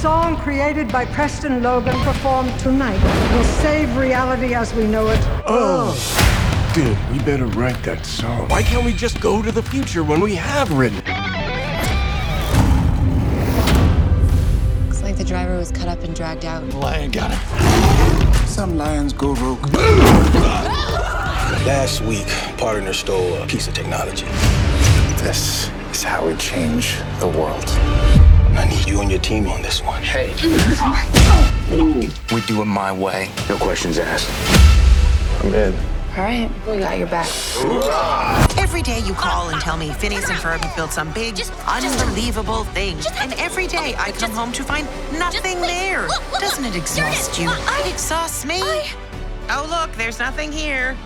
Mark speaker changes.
Speaker 1: film created by Preston Logan, performed tonight, will save reality as we know it.
Speaker 2: Oh. Dude, we better write that song.
Speaker 3: Why can't we just go to the future when we have written?
Speaker 4: Looks like the driver was cut up and dragged out.
Speaker 3: Lion got
Speaker 5: him. Some lions go rogue.
Speaker 6: Last week, partner stole a piece of technology.
Speaker 5: This is how we change the world.
Speaker 6: I need you and your team on this one. Hey.
Speaker 5: we do it my way.
Speaker 6: No questions asked.
Speaker 5: I'm in.
Speaker 4: All right, we got your back.
Speaker 7: Every day you call and tell me Phineas and Ferb have built some big, just, unbelievable just, thing. Just, and every day I come home to find nothing there. Look, look, Doesn't it exhaust you? It exhausts me. I... Oh, look, there's nothing here.